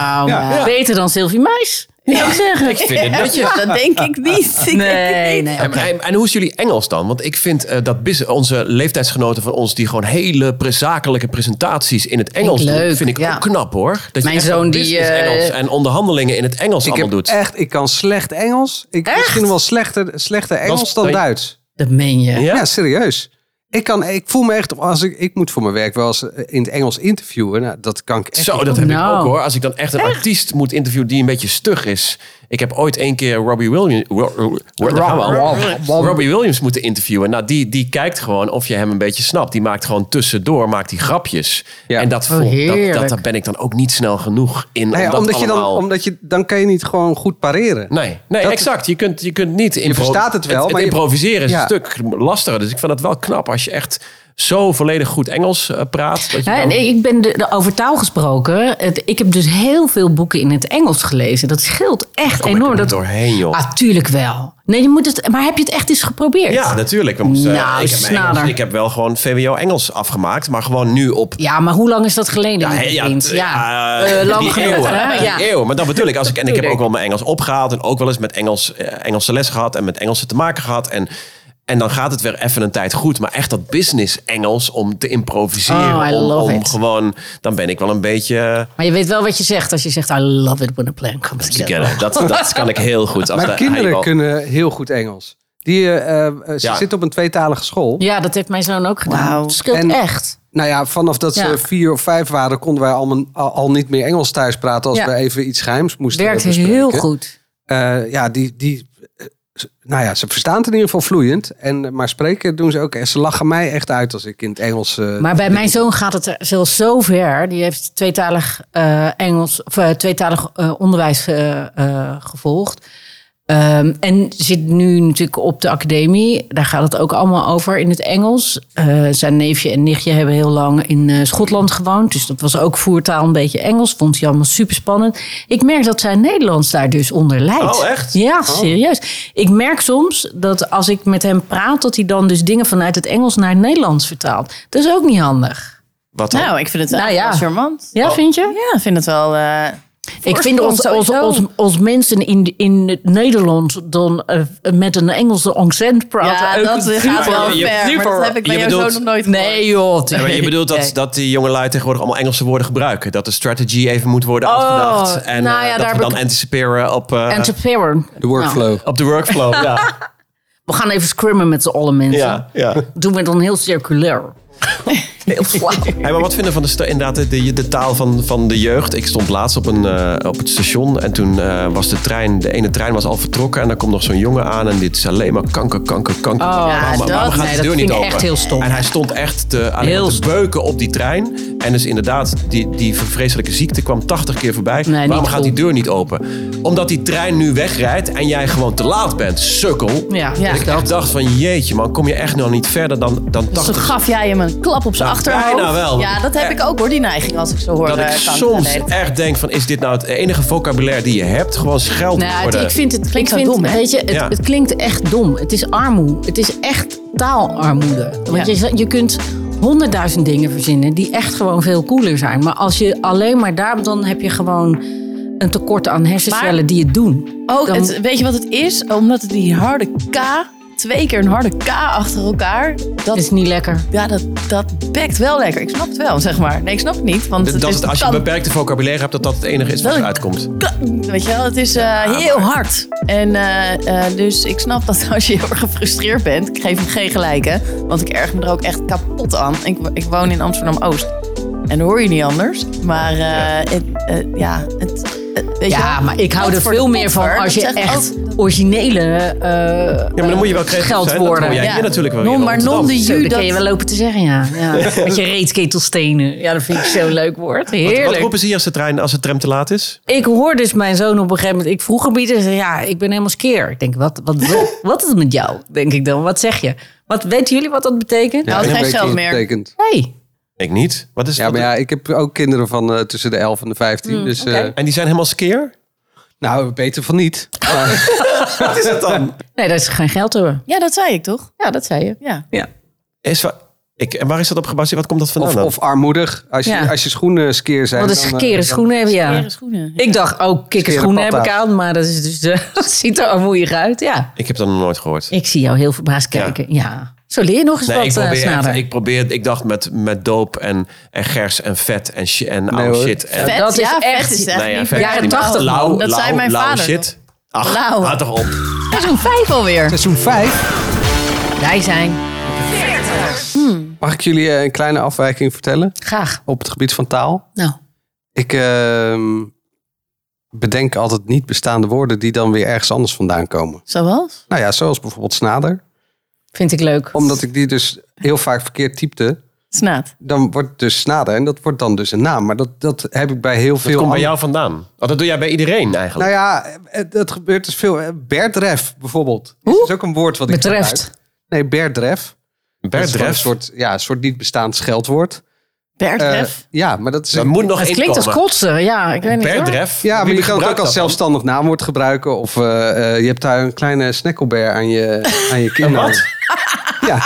Nou, beter dan Sylvie Meis. zou ik zeggen.
Ik vind het netjes.
Dat denk ik niet. Ik denk
Nee,
het niet.
nee.
En, en, en hoe is jullie Engels dan? Want ik vind eh, dat bis- onze leeftijdsgenoten van ons... die gewoon hele pre- zakelijke presentaties in het Engels
Vind ik
doen...
leuk,
vind ik
ja.
ook knap hoor. Dat
Mijn
je echt
zoon
ook
die,
business
eh,
Engels en onderhandelingen in het Engels
Ik
allemaal
heb
doet.
echt, ik kan slecht Engels. Ik misschien wel slechter, slechter Engels dan
dan je-
Duits.
Dat meen je.
Ja?
Ja, serieus. Ik, kan, ik voel me echt, als ik, ik moet voor mijn werk wel eens eh, in het Engels interviewen. Nou, dat kan ik echt.
Zo, dat heb
Nou.
ik ook hoor. Als ik dan echt een artiest moet interviewen die een beetje stug is. Ik heb ooit één keer Robbie Williams, Ro- Ro- Ro- daar gaan we al. Robbie Williams moeten interviewen. Nou, die, die kijkt gewoon of je hem een beetje snapt. Die maakt gewoon tussendoor, maakt die grapjes.
Ja.
En dat,
Oh,
voel, dat,
heerlijk.
dat, daar ben ik dan ook niet snel genoeg in.
Nou ja,
om dat
omdat, je dan,
allemaal-
omdat je dan kan je niet gewoon goed pareren.
Nee, nee
Dat-
exact. Je kunt, je kunt niet... impro-
verstaat het wel,
Het,
maar je-
improviseren is
Ja.
een stuk lastiger. Dus ik vind het wel knap als je echt zo volledig goed Engels eh, praat. Dat je
Ja,
dan-
en ik ben de, de- over taal gesproken. Het, ik heb dus heel veel boeken in het Engels gelezen. Dat scheelt echt
kom ik
enorm.
er
Dat,
niet doorheen, joh.
Ah, tuurlijk wel. Nee, je moet het, maar heb je het echt eens geprobeerd?
Ja, natuurlijk. We moesten,
Nou,
ik, heb mijn Engels-
snader.
ik heb wel gewoon VWO Engels afgemaakt, maar gewoon nu op.
Ja, maar hoe lang is dat geleden?
hè,
mijn vriend?
t-
ja.
eh,
Eh, lang
die
genoeg.
eeuwen.
hè?
Die
Ja.
eeuwen. Maar dat bedoel ik. Als ik. En ik heb ook wel mijn Engels opgehaald en ook wel eens met Engels, eh, Engelse les gehad en met Engelse te maken gehad. En, en dan gaat het weer even een tijd goed. Maar echt dat business Engels om te improviseren.
Oh, I
om
love
om
it.
gewoon, dan ben ik wel een beetje
Maar je weet wel wat je zegt als je zegt... I love it when a plan comes together.
together. Dat, dat kan ik heel goed. Als
Mijn
de-
kinderen
hij wel-
kunnen heel goed Engels. Die, eh, eh, ze
Ja.
zitten op een tweetalige school.
Ja, dat heeft mijn zoon ook gedaan.
Wauw.
Het scheelt
En-
echt.
Nou ja, vanaf dat
Ja.
ze vier of vijf waren, konden wij allemaal, al, al niet meer Engels thuis praten als
Ja.
we even iets geheims moesten
Werkt
bespreken.
heel goed.
Eh, ja, die, die, eh, s- nou ja, ze verstaan het in ieder geval vloeiend. En, eh, maar spreken doen ze ook. En ze lachen mij echt uit als ik in het Engels... eh,
Maar bij mijn zoon gaat het er zelfs zo ver. Die heeft tweetalig eh, Engels of eh, tweetalig eh, onderwijs eh, eh, gevolgd. Ehm, en zit nu natuurlijk op de academie. Daar gaat het ook allemaal over in het Engels. Eh, zijn neefje en nichtje hebben heel lang in eh, Schotland gewoond. Dus dat was ook voertaal een beetje Engels. Vond hij allemaal super spannend. Ik merk dat zijn Nederlands daar dus onder lijdt.
Oh, echt?
Ja, serieus. Ik merk soms dat als ik met hem praat, dat hij dan dus dingen vanuit het Engels naar het Nederlands vertaalt. Dat is ook niet handig.
Wat dan?
Nou, ik vind het
Nou
nou,
ja.
ja. charmant.
Oh.
Ja, vind je?
Ja, ik vind het wel... eh,
Ik vind
voorsprong
ons, ons,
sowieso.
ons, ons mensen in, in het Nederlands dan eh, met een Engelse accent praten.
Ja,
ook
dat
een
gaat wel
je-
ver. Maar dat heb ik bij
je
jou
bedoelt-
zo nog nooit gehoord.
Nee joh.
Ja, maar je bedoelt dat, dat die jongelui tegenwoordig allemaal Engelse woorden gebruiken. Dat de strategy even moet worden uitgedacht. En
Oh, nou
eh,
ja,
dat
daar
we
heb
dan
ik-
anticiperen op, eh,
En te verren.
de workflow.
op de workflow. ja,
We gaan even scrimmen met z'n allen mensen.
ja, ja.
Doen we dan heel circulair. heel flauw.
Hey, maar wat vinden van de, sta- inderdaad de, de, de taal van, van de jeugd? Ik stond laatst op, een, eh, op het station en toen eh, was de trein, de ene trein was al vertrokken. En dan komt nog zo'n jongen aan en dit is alleen maar kanker, kanker, kanker.
Oh, ja, dat- nee, dat vind ik echt heel stom.
En hij stond echt te, aan
Heel
te
stom.
beuken op die trein. En dus inderdaad, die, die vreselijke ziekte kwam 80 keer voorbij.
Nee, niet
Waarom gaat
cool.
die deur niet open? Omdat die trein nu wegrijdt en jij gewoon te laat bent, sukkel.
Ja,
En
ja.
ik echt dacht van jeetje man, kom je echt nog niet verder dan, dan
Dus toen
80
gaf jij hem een klap op zijn
Nou,
achterhoofd.
bijna wel.
Ja, dat heb ik ook hoor, die neiging als ik zo hoor.
Dat ik
eh, kanker
soms
heet.
echt denk van, is dit nou het enige vocabulaire die je hebt? Gewoon scheld
Nou, het-
worden.
ik vind het,
Klinkt
ik
wel
vind,
dom, hè?
weet je, het,
Ja.
het klinkt echt dom. Het is armoe. Het is echt taalarmoede. Want
Ja.
je, je kunt honderdduizend dingen verzinnen die echt gewoon veel cooler zijn. Maar als je alleen maar daar, dan heb je gewoon een tekort aan hersencellen
Maar-
die het doen.
Ook,
Dan-
Oh, het, weet je wat het is? Omdat het die harde K, twee keer een harde K achter elkaar. Dat,
Dat is niet lekker.
ja, dat, dat bekt wel lekker. Ik snap het wel, zeg maar. Nee, ik snap het niet. Want
dat
het is,
het, als je
kan-
beperkte vocabulaire hebt, dat dat het enige is wat
Wel-
eruit komt.
kan- Weet je wel, het is eh, heel hard. En eh, eh, dus ik snap dat als je heel erg gefrustreerd bent, ik geef hem geen gelijke. Want ik erg me er ook echt kapot aan. Ik, ik woon in Amsterdam-Oost. En dan hoor je niet anders. Maar eh, het, eh, ja, het, eh, weet je
Ja,
wel?
maar ik hou
Wat
er
voor de
veel meer van
potver.
als je
Dat zegt
echt
ook-
originele eh
Ja, maar dan moet je wel creatief zijn. Dat
geldwoorden.
hoor jij
Ja.
hier natuurlijk wel
Non,
weer in
maar
Rotterdam.
non de
Zo,
ju-
dat kun je
dat-
wel lopen te zeggen, ja. ja. Met je reetketelstenen. Ja, dat vind ik zo'n leuk woord. Heerlijk.
Wat roepen ze hier als de trein, als de tram te laat is?
Ik hoor dus mijn zoon op een gegeven moment. Ik vroeg hem iets en zei: Ja, ik ben helemaal skeer. Ik denk: wat, wat, wat, wat is het met jou? Denk ik dan. Wat zeg je? Wat weten jullie wat dat betekent?
Ja,
houdt
en een
geen
beetje
geld meer.
betekent.
Hey.
Ik niet. Wat is
Ja,
wat-
maar ja, ik heb ook kinderen van eh, tussen de 11 en de
Hm,
15. dus eh,
En die zijn helemaal skeer?
nou, beter van niet. Maar,
Wat is het dan?
Nee, dat is geen geld hebben.
Ja, dat zei ik toch?
Ja, dat zei je.
Ja.
Is wa- Ik, en waar is dat op gebaseerd? Wat komt dat vandaan
Of,
dan?
of armoedig. Als je,
Ja.
als je schoenen skeer zijn.
Want
dan,
een
eh,
skere schoenen hebben, ja.
Leren schoenen.
Ik dacht, oh, kikkerschoenen heb ik
Skere
aan. Maar dat, is dus, eh, dat ziet er armoeig uit, ja.
Ik heb dat nog nooit gehoord.
Ik zie jou heel verbaasd
Ja.
kijken. Ja. Zo leer je nog eens
Nee, ik
wat, eh,
probeer, echt-
Snader.
ik probeer, ik dacht met, met doop en, en gers en vet en, shi- en oude
hoor.
shit. En,
Vet,
dat is
ja,
echt-
vet is echt
Nou
Nee, ja,
niet
vet.
meer
Jaren
normaal.
80
Lauw,
Dat
lauw,
zei mijn
lauw
vader
shit. Ach,
Lauw.
houd toch op.
Seizoen 5 alweer.
Seizoen 5.
Wij zijn
Mag ik jullie eh, een kleine afwijking vertellen
graag.
op het gebied van taal?
Nou,
Ik ehm, bedenk altijd niet bestaande woorden die dan weer ergens anders vandaan komen.
Zoals?
Nou ja, zoals bijvoorbeeld snader.
vind ik leuk.
Omdat ik die dus heel vaak verkeerd typte,
Snaat.
dan wordt het dus snader. En dat wordt dan dus een naam. Maar dat, dat heb ik bij heel
Dat
veel
komt bij
andere-
jou vandaan. Oh, dat doe jij bij iedereen
Nou
eigenlijk.
ja, het, het gebeurt dus veel. eh, Bertref bijvoorbeeld. Dat is ook een woord wat ik
Betreft.
gebruik. Nee, Bertref. Dat is
Bert
gewoon
Dref,
Een soort, ja, een soort niet bestaand scheldwoord.
Bert
Eh,
Ref.
ja, maar dat is
dat
een,
moet nog
Het
inkomen.
klinkt als kotsen, ja. Ik weet niet
Bert
hoor.
Dref?
ja, maar
Wie
je kan het ook
gebruikt dat dan?
als zelfstandig naamwoord gebruiken. Of eh, eh, je hebt daar een kleine snackelbeer aan je, aan je kin.
Wat?
Ja.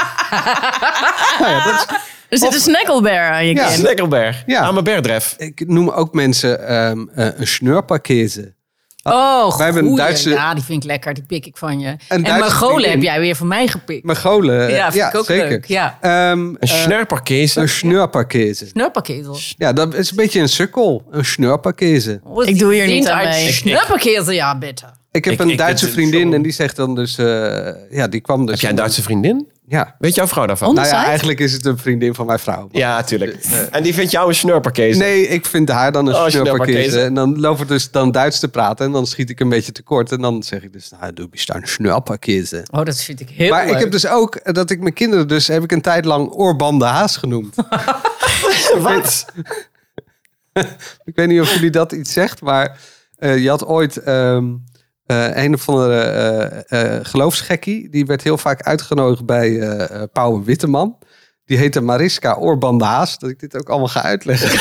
nou ja, dat is,
Er zit een snackelbear aan je
Ja.
kin.
Snekkelberg.
Ja.
Aan mijn Berdref.
ik noem ook mensen ehm, eh, een schneurpakkezen.
Oh,
Ah, Wij hebben een
goeie.
Duitse-
Ja, die vind ik lekker. Die pik ik van je. En
Duitse
Mongolen
vriendin.
heb jij weer van mij gepikt.
Mongolen. eh,
ja, vind ik ook
zeker.
leuk. Ja.
Ehm,
Een
eh,
snerperkezen.
een schneurpakkezen.
Snurperketel.
Ja, dat is een beetje een sukkel. Een schneurpakkezen.
Ik doe hier niet aan mee. Ik-
Snurperketel, ja, bitte.
Ik heb
Ik-
een
ik-
Duitse
het-
vriendin
zo-
en die zegt dan dus... eh, ja, die kwam dus...
Heb jij een Duitse vriendin?
Ja.
Weet jouw vrouw daarvan?
Onder-
Nou ja,
Onderzijds?
eigenlijk is het een vriendin van mijn vrouw. Maar-
Ja, tuurlijk. En die vindt jou een snerperkezen?
Eh, Nee, ik vind haar dan een
Oh,
oh,
schneurpakkezen.
En dan lopen we dus dan Duits te praten. En dan schiet ik een beetje tekort. En dan zeg ik dus,
Ah,
nou, doe bist een schneurpakkezen.
Oh, dat vind ik heel
Maar
leuk.
ik heb dus ook, eh, dat ik mijn kinderen dus, heb ik een tijd lang oorbanden haas genoemd.
Wat?
ik weet niet of jullie dat iets zegt, maar eh, je had ooit ehm, eh, een of andere eh, eh, geloofsgekkie. Die werd heel vaak uitgenodigd bij eh eh, Pauw Witteman. Die heette Mariska Oorbanden haas. Dat ik dit ook allemaal ga uitleggen.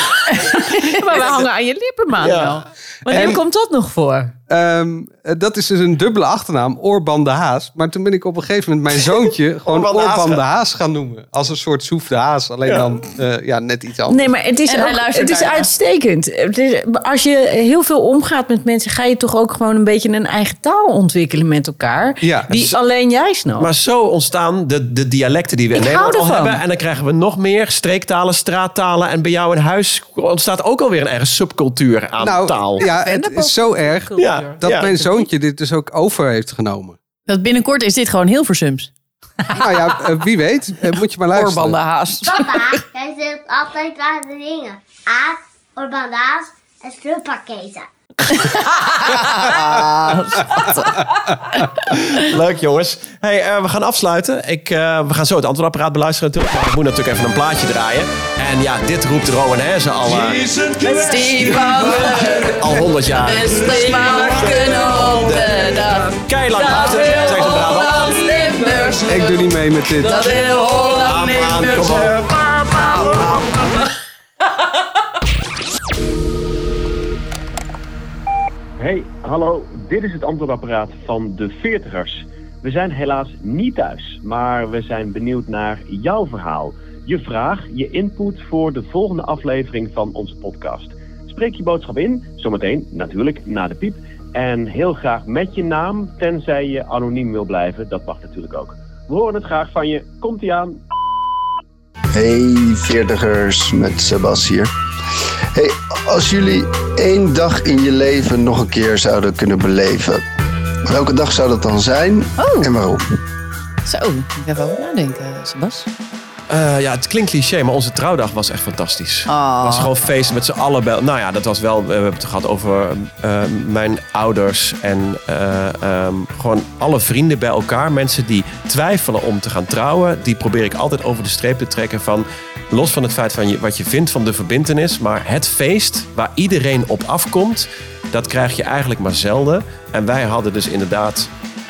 Maar we hangen aan je lippen, man.
Ja.
Wanneer
dus- En-
komt dat nog voor?
Ehm, eh, dat is dus een dubbele achternaam, Orban de Haas. Maar toen ben ik op een gegeven moment mijn zoontje gewoon
Orban de
Orban,
Haas
de
gaan-
Haas gaan noemen. Als een soort Soef de Haas, alleen dan eh, ja, net iets anders.
Nee, maar het is,
En hij
ook-
luistert
het is
daarna.
uitstekend. Het is- Als je heel veel omgaat met mensen, ga je toch ook gewoon een beetje een eigen taal ontwikkelen met elkaar.
Ja.
die
Dus-
alleen jij snapt.
Maar zo ontstaan de, de dialecten die we in
Ik
Nederland
hou
al
ervan.
hebben. En dan krijgen we nog meer streektalen, straattalen. En bij jou in huis ontstaat ook alweer een eigen subcultuur aan taal.
Nou, ja, het is zo erg
Ja,
dat
ja.
mijn zoontje dit dus ook over heeft genomen.
Dat binnenkort is dit gewoon heel versums.
nou ja, eh, wie weet, eh, moet je maar luisteren.
Oorbanden haast.
Papa, jij zegt altijd ware dingen. Aas, Orbanaas en strupakkezen.
Leuk jongens. Hey, eh, we gaan afsluiten. Ik, eh, we gaan zo het antwoordapparaat beluisteren natuurlijk. Maar ik moet natuurlijk even een plaatje draaien. En ja, dit roept Rowan Herzen al, eh, al 100 jaar.
op de dag.
Keilang achter, zegt ze in Brabant.
Limburgs.
Ik doe niet mee met dit.
wil Holland
Aan, aan, kom op.
Hey, hallo. Dit is het antwoordapparaat van de veertigers. We zijn helaas niet thuis, maar we zijn benieuwd naar jouw verhaal. Je vraag, je input voor de volgende aflevering van onze podcast. Spreek je boodschap in, zometeen natuurlijk na de piep. En heel graag met je naam, tenzij je anoniem wil blijven. Dat mag natuurlijk ook. We horen het graag van je. Komt-ie aan.
Hey veertigers, met Sebas hier. Hey, als jullie één dag in je leven nog een keer zouden kunnen beleven, welke dag zou dat dan zijn
Oh.
en waarom?
Zo, ik moet even over nadenken, Sebas.
Eh, ja, het klinkt cliché, maar onze trouwdag was echt fantastisch.
Oh.
Het was gewoon feest met z'n allen. bij- Nou ja, dat was wel. We hebben het gehad over eh, mijn ouders en eh, ehm, gewoon alle vrienden bij elkaar. Mensen die twijfelen om te gaan trouwen, die probeer ik altijd over de streep te trekken van. Los van het feit van je, wat je vindt van de verbintenis, maar het feest waar iedereen op afkomt, dat krijg je eigenlijk maar zelden. En wij hadden dus inderdaad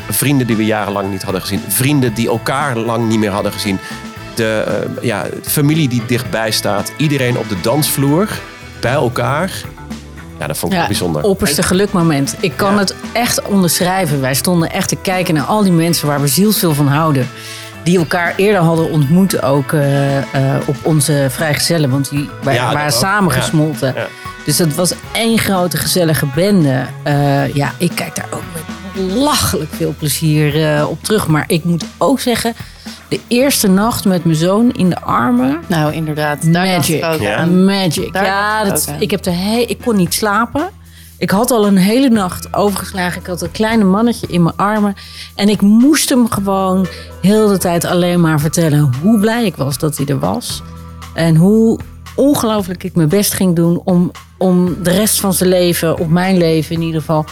vrienden die we jarenlang niet hadden gezien, vrienden die elkaar lang niet meer hadden gezien de eh, ja, familie die dichtbij staat, iedereen op de dansvloer, bij elkaar. Ja, dat vond ik
Ja,
bijzonder.
opperste gelukmoment. Ik kan
Ja.
het echt onderschrijven. Wij stonden echt te kijken naar al die mensen waar we zielsveel van houden. die elkaar eerder hadden ontmoet ook eh, eh, op onze vrijgezellen. Want die wa-
Ja, dat
waren
ook.
samengesmolten.
Ja.
Dus dat was één grote gezellige bende. Eh, ja, ik kijk daar ook met lachelijk veel plezier eh, op terug. Maar ik moet ook zeggen, de eerste nacht met mijn zoon in de armen...
Nou, inderdaad.
Magic.
dacht ik ook
Ja.
aan.
Magic.
Daar
ja,
dacht ik
dat,
ook aan.
ik, heb de he- ik kon niet slapen. Ik had al een hele nacht overgeslagen. Ik had een kleine mannetje in mijn armen. En ik moest hem gewoon heel de tijd alleen maar vertellen hoe blij ik was dat hij er was. En hoe ongelooflijk ik mijn best ging doen om, om de rest van zijn leven, of mijn leven in ieder geval,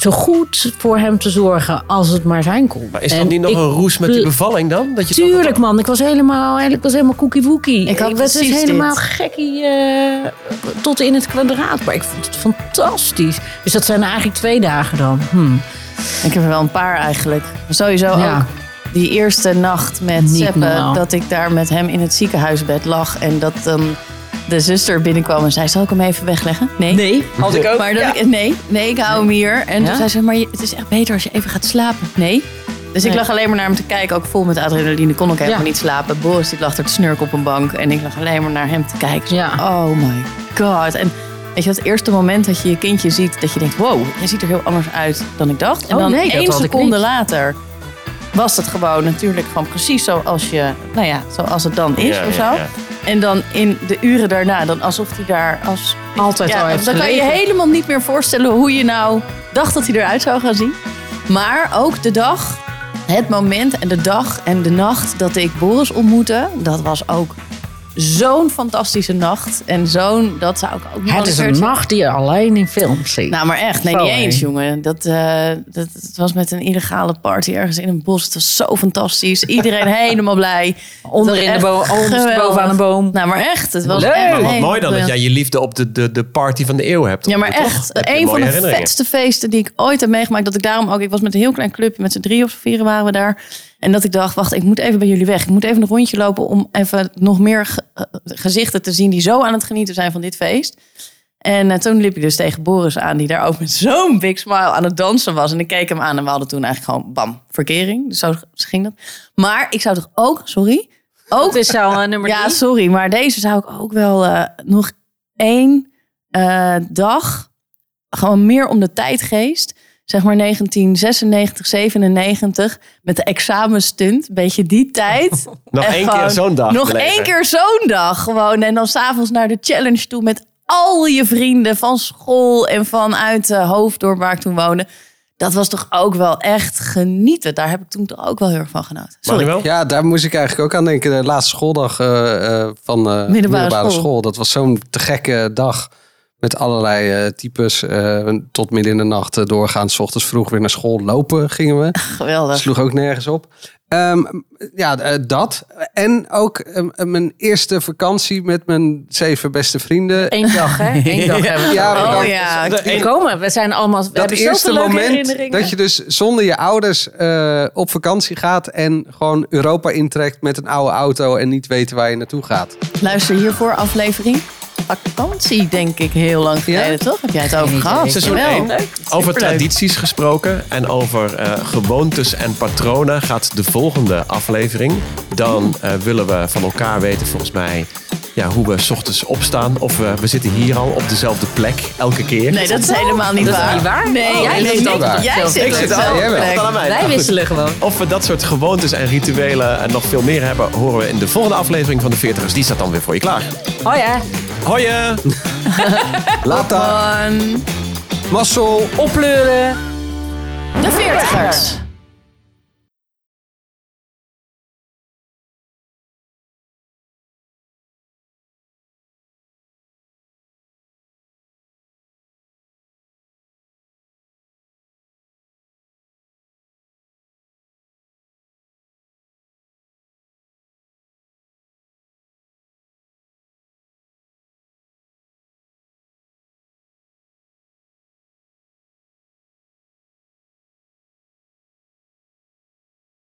zo goed voor hem te zorgen als het maar zijn kon.
Maar is
En
dat niet nog
ik
een roes met die
ble-
bevalling dan? Dat je dat-
Tuurlijk man, ik was helemaal, ik was helemaal cookie woekie.
Ik had
was dus
precies dit.
helemaal gekkie eh, tot in het kwadraat. Maar ik vond het fantastisch. Dus dat zijn eigenlijk twee dagen dan. Hmm.
Ik heb er wel een paar eigenlijk. Sowieso
Ja.
ook die eerste nacht met
Niet
Seppe.
normaal.
Dat ik daar met hem in het ziekenhuisbed lag. En dat dan de zuster binnenkwam en zei... Zal ik hem even wegleggen? Nee.
Nee.
Had ik ook.
Maar dat
ja.
ik, nee, nee, ik hou hem hier. En
Ja?
toen zei ze, maar je- het is echt beter als je even gaat slapen. Nee. Dus ik
Nee.
lag alleen maar naar hem te kijken, ook vol met adrenaline. Kon ik helemaal
Ja.
niet slapen. Boris die lag er te snurken op een bank. En ik lag alleen maar naar hem te kijken. Zo,
Ja.
Oh my god. En weet je, dat eerste moment dat je je kindje ziet, dat je denkt... wow, jij ziet er heel anders uit dan ik dacht. En
Oh
dan
nee, dat
één
had ik
seconde
niet.
later was het gewoon natuurlijk gewoon precies zoals, je, nou ja, zoals het dan is
Ja,
of zo.
ja, ja.
En dan in de uren daarna, dan alsof hij daar als
Altijd al
ja,
heeft
dan kan je
gelegen.
helemaal niet meer voorstellen hoe je nou dacht dat hij eruit zou gaan zien. Maar ook de dag, het moment en de dag en de nacht dat ik Boris ontmoette, dat was ook zo'n fantastische nacht. En zo'n, dat zou ik ook nog wel
Het is
keer
een
zeggen.
nacht die je alleen in films ziet.
Nou, maar echt, nee,
Zo,
niet
hé.
eens, jongen. Dat, eh, dat, het was met een illegale party ergens in een bos. Het was zo fantastisch. Iedereen helemaal blij.
onder in de
echt
boom,
geweldig.
boven aan een boom.
Nou, maar echt, het was
Leuk.
echt
Wat
heel
mooi dan dat
briljant.
jij je liefde op de, de, de party van de eeuw hebt.
Ja, maar
Toch?
echt.
Heb je
Een van
mooie
de
herinneringen.
vetste feesten die ik ooit heb meegemaakt. Dat ik daarom ook... Ik was met een heel klein clubje. Met z'n drie of vieren waren we daar. En dat ik dacht, wacht, ik moet even bij jullie weg. Ik moet even een rondje lopen om even nog meer ge- eh, gezichten te zien... die zo aan het genieten zijn van dit feest. En eh, toen liep ik dus tegen Boris aan... die daar ook met zo'n big smile aan het dansen was. En ik keek hem aan en we hadden toen eigenlijk gewoon... bam, verkering. Dus zo ging dat. Maar ik zou toch ook, sorry... ook
Ook is al eh, nummer
ja,
drie.
sorry, maar deze zou ik ook wel eh, nog één eh, dag, gewoon meer om de tijdgeest, zeg maar 1996, 97, met de examenstunt, een beetje die tijd.
Nog
Echt
één
gewoon
keer zo'n dag.
Nog
beleven.
één keer zo'n dag gewoon. En dan s'avonds naar de challenge toe met al je vrienden van school en vanuit eh, Hoofddorp waar ik toen woonde. Dat was toch ook wel echt genieten. Daar heb ik toen toch ook wel heel erg van genoten. Sorry.
Manuel?
Ja, daar moest ik eigenlijk ook aan denken. De laatste schooldag eh, eh, van eh middelbare,
school.
school. Dat was zo'n te gekke dag. Met allerlei eh, types. eh, tot midden in de nacht eh, doorgaan. S ochtends vroeg weer naar school lopen gingen we.
Geweldig.
Sloeg ook nergens op. Ehm, ja, eh, dat. En ook eh, mijn eerste vakantie met mijn zeven beste vrienden.
Eén dag, hè? Eén dag hebben we.
Ja,
Oh
maar
ja,
De
We
één-
komen, we zijn allemaal... We
dat
hebben
eerste
zoveel leuke
moment
herinneringen.
dat je dus zonder je ouders eh, op vakantie gaat en gewoon Europa intrekt met een oude auto en niet weten waar je naartoe gaat.
Luister hiervoor aflevering vakantie, denk ik, heel lang geleden, toch? Heb jij het over gehad?
Seizoen
Jawel.
één. Over
Superleuk.
tradities gesproken en over eh, gewoontes en patronen gaat de volgende aflevering. Dan eh, willen we van elkaar weten, volgens mij, ja, hoe we 's ochtends opstaan. Of we, we zitten hier al op dezelfde plek elke keer.
Nee, dat is helemaal niet waar. Nee,
Oh,
jij
dat is
zit
niet waar.
Jij
Ik
zit
zit
op
al-
dezelfde
jij wel.
plek.
Tot aan mij.
Wij wisselen gewoon.
Of we dat soort gewoontes en rituelen en nog veel meer hebben, horen we in de volgende aflevering van de 40ers. Die staat dan weer voor je klaar.
Oh ja.
Hoi! eh.
Later.
Van
Mazzel.
Opleuren.
de veertigers.